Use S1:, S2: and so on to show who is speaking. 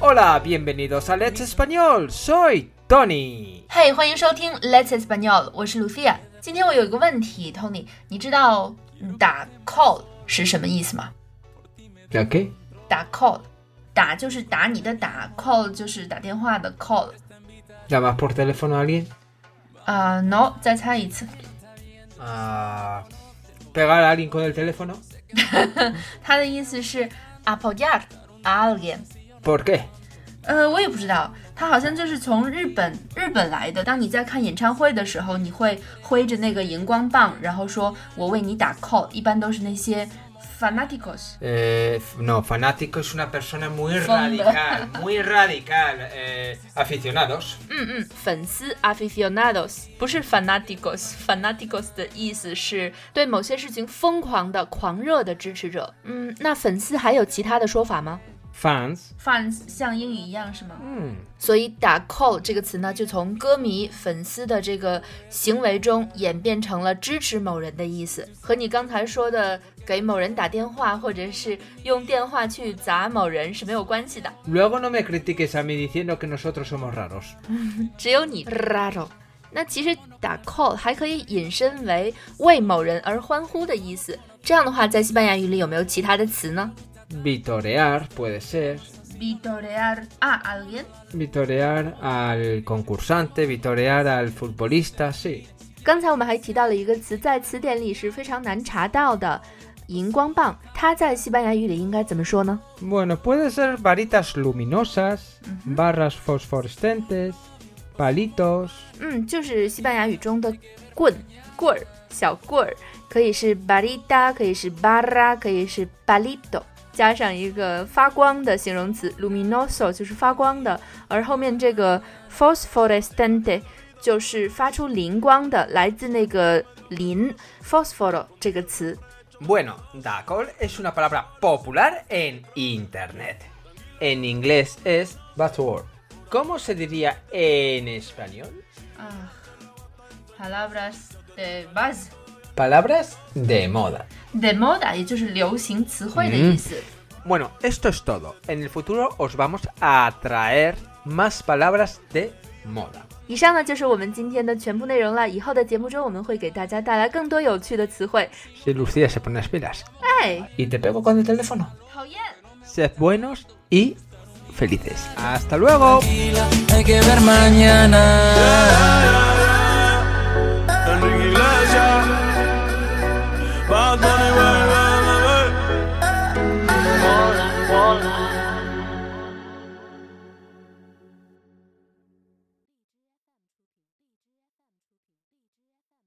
S1: Hola, bienvenidos a Let's Español. Soy Tony。
S2: 嘿、欢迎收听 Let's Español，我是 Lucia。今天我有一个问题，Tony，你知道打 call 是什么意思吗？
S1: ¿La qué?
S2: 打 call，打就是打你的打，call 就是打电话的 call。
S1: ¿Llamas por teléfono a alguien?
S2: 啊、n o 再猜一次，
S1: Ah, ¿Pegar a alguien con el teléfono?
S2: 它的意思是 apoyar a alguien。
S1: ¿Por qué?
S2: 呃，我也不知道，它好像就是从日本日本来的。当你在看演唱会的时候，你会挥着那个荧光棒，然后说“我为你打 call”，一般都是那些 fanaticos。
S1: Eh, f- no, fanático es una persona muy
S2: Fondo.
S1: radical, muy radical. eh, aficionados.
S2: 嗯嗯，粉丝 aficionados 不是 fanaticos，fanaticos 的意思是对某些事情疯狂的、狂热的支持者。嗯，那粉丝还有其他的说法吗
S1: Fans.
S2: ？fans 像英语一样是吗？
S1: Mm,
S2: 所以打 call 这个词呢，就从歌迷、粉丝的这个行为中演变成了支持某人的意思，和你刚才说的给某人打电话或者是用电话去砸某人是没有关系的。
S1: Luego no me critiques a mí diciendo que nosotros somos raros.
S2: 只有你 raro。那其实打 call 还可以引申为为某人而欢呼的意思。这样的话，在西班牙语里有没有其他的词呢
S1: Vitorear puede ser.
S2: ？Vitorear a alguien。
S1: Vitorear al concursante, vitorear al futbolista, sí.
S2: 刚才我们还提到了一个词，在词典里是非常难查到的，荧光棒。它在西班牙语里应该怎么说呢？
S1: Bueno, puede ser varitas luminosas, barras fosforescentes, palitos.
S2: 嗯，就是西班牙语中的棍、棍儿、小棍儿，可以是 barita，可以是 barra，可以是 palito，加上一个发光的形容词 luminoso，就是发光的，而后面这个 fosforescente 就是发出灵光的，来自那个磷 （phosphoro） 这个词。
S1: Bueno, dacol es una palabra popular en internet. En inglés es buzzword. ¿Cómo se diría en español?
S2: 啊，palabras de buzz
S1: Palabras de moda.
S2: de moda，也就是流行词汇
S1: 的意
S2: 思。
S1: Bueno, esto es todo. En el futuro os vamos a traer más palabras de moda.
S2: 以上呢就是我们今天的全部内容了。以后的节目中，我们会给大家带来更多有趣的词汇。
S1: Si Lucía se pone las pilas.
S2: 哎，
S1: Y te pego con el teléfono.
S2: 讨厌。
S1: Sed buenos y felices. Hasta luego.
S3: hay que ver mañana.
S4: Enrique Iglesias Bad Bunny vuelve, bebé. Hola, hola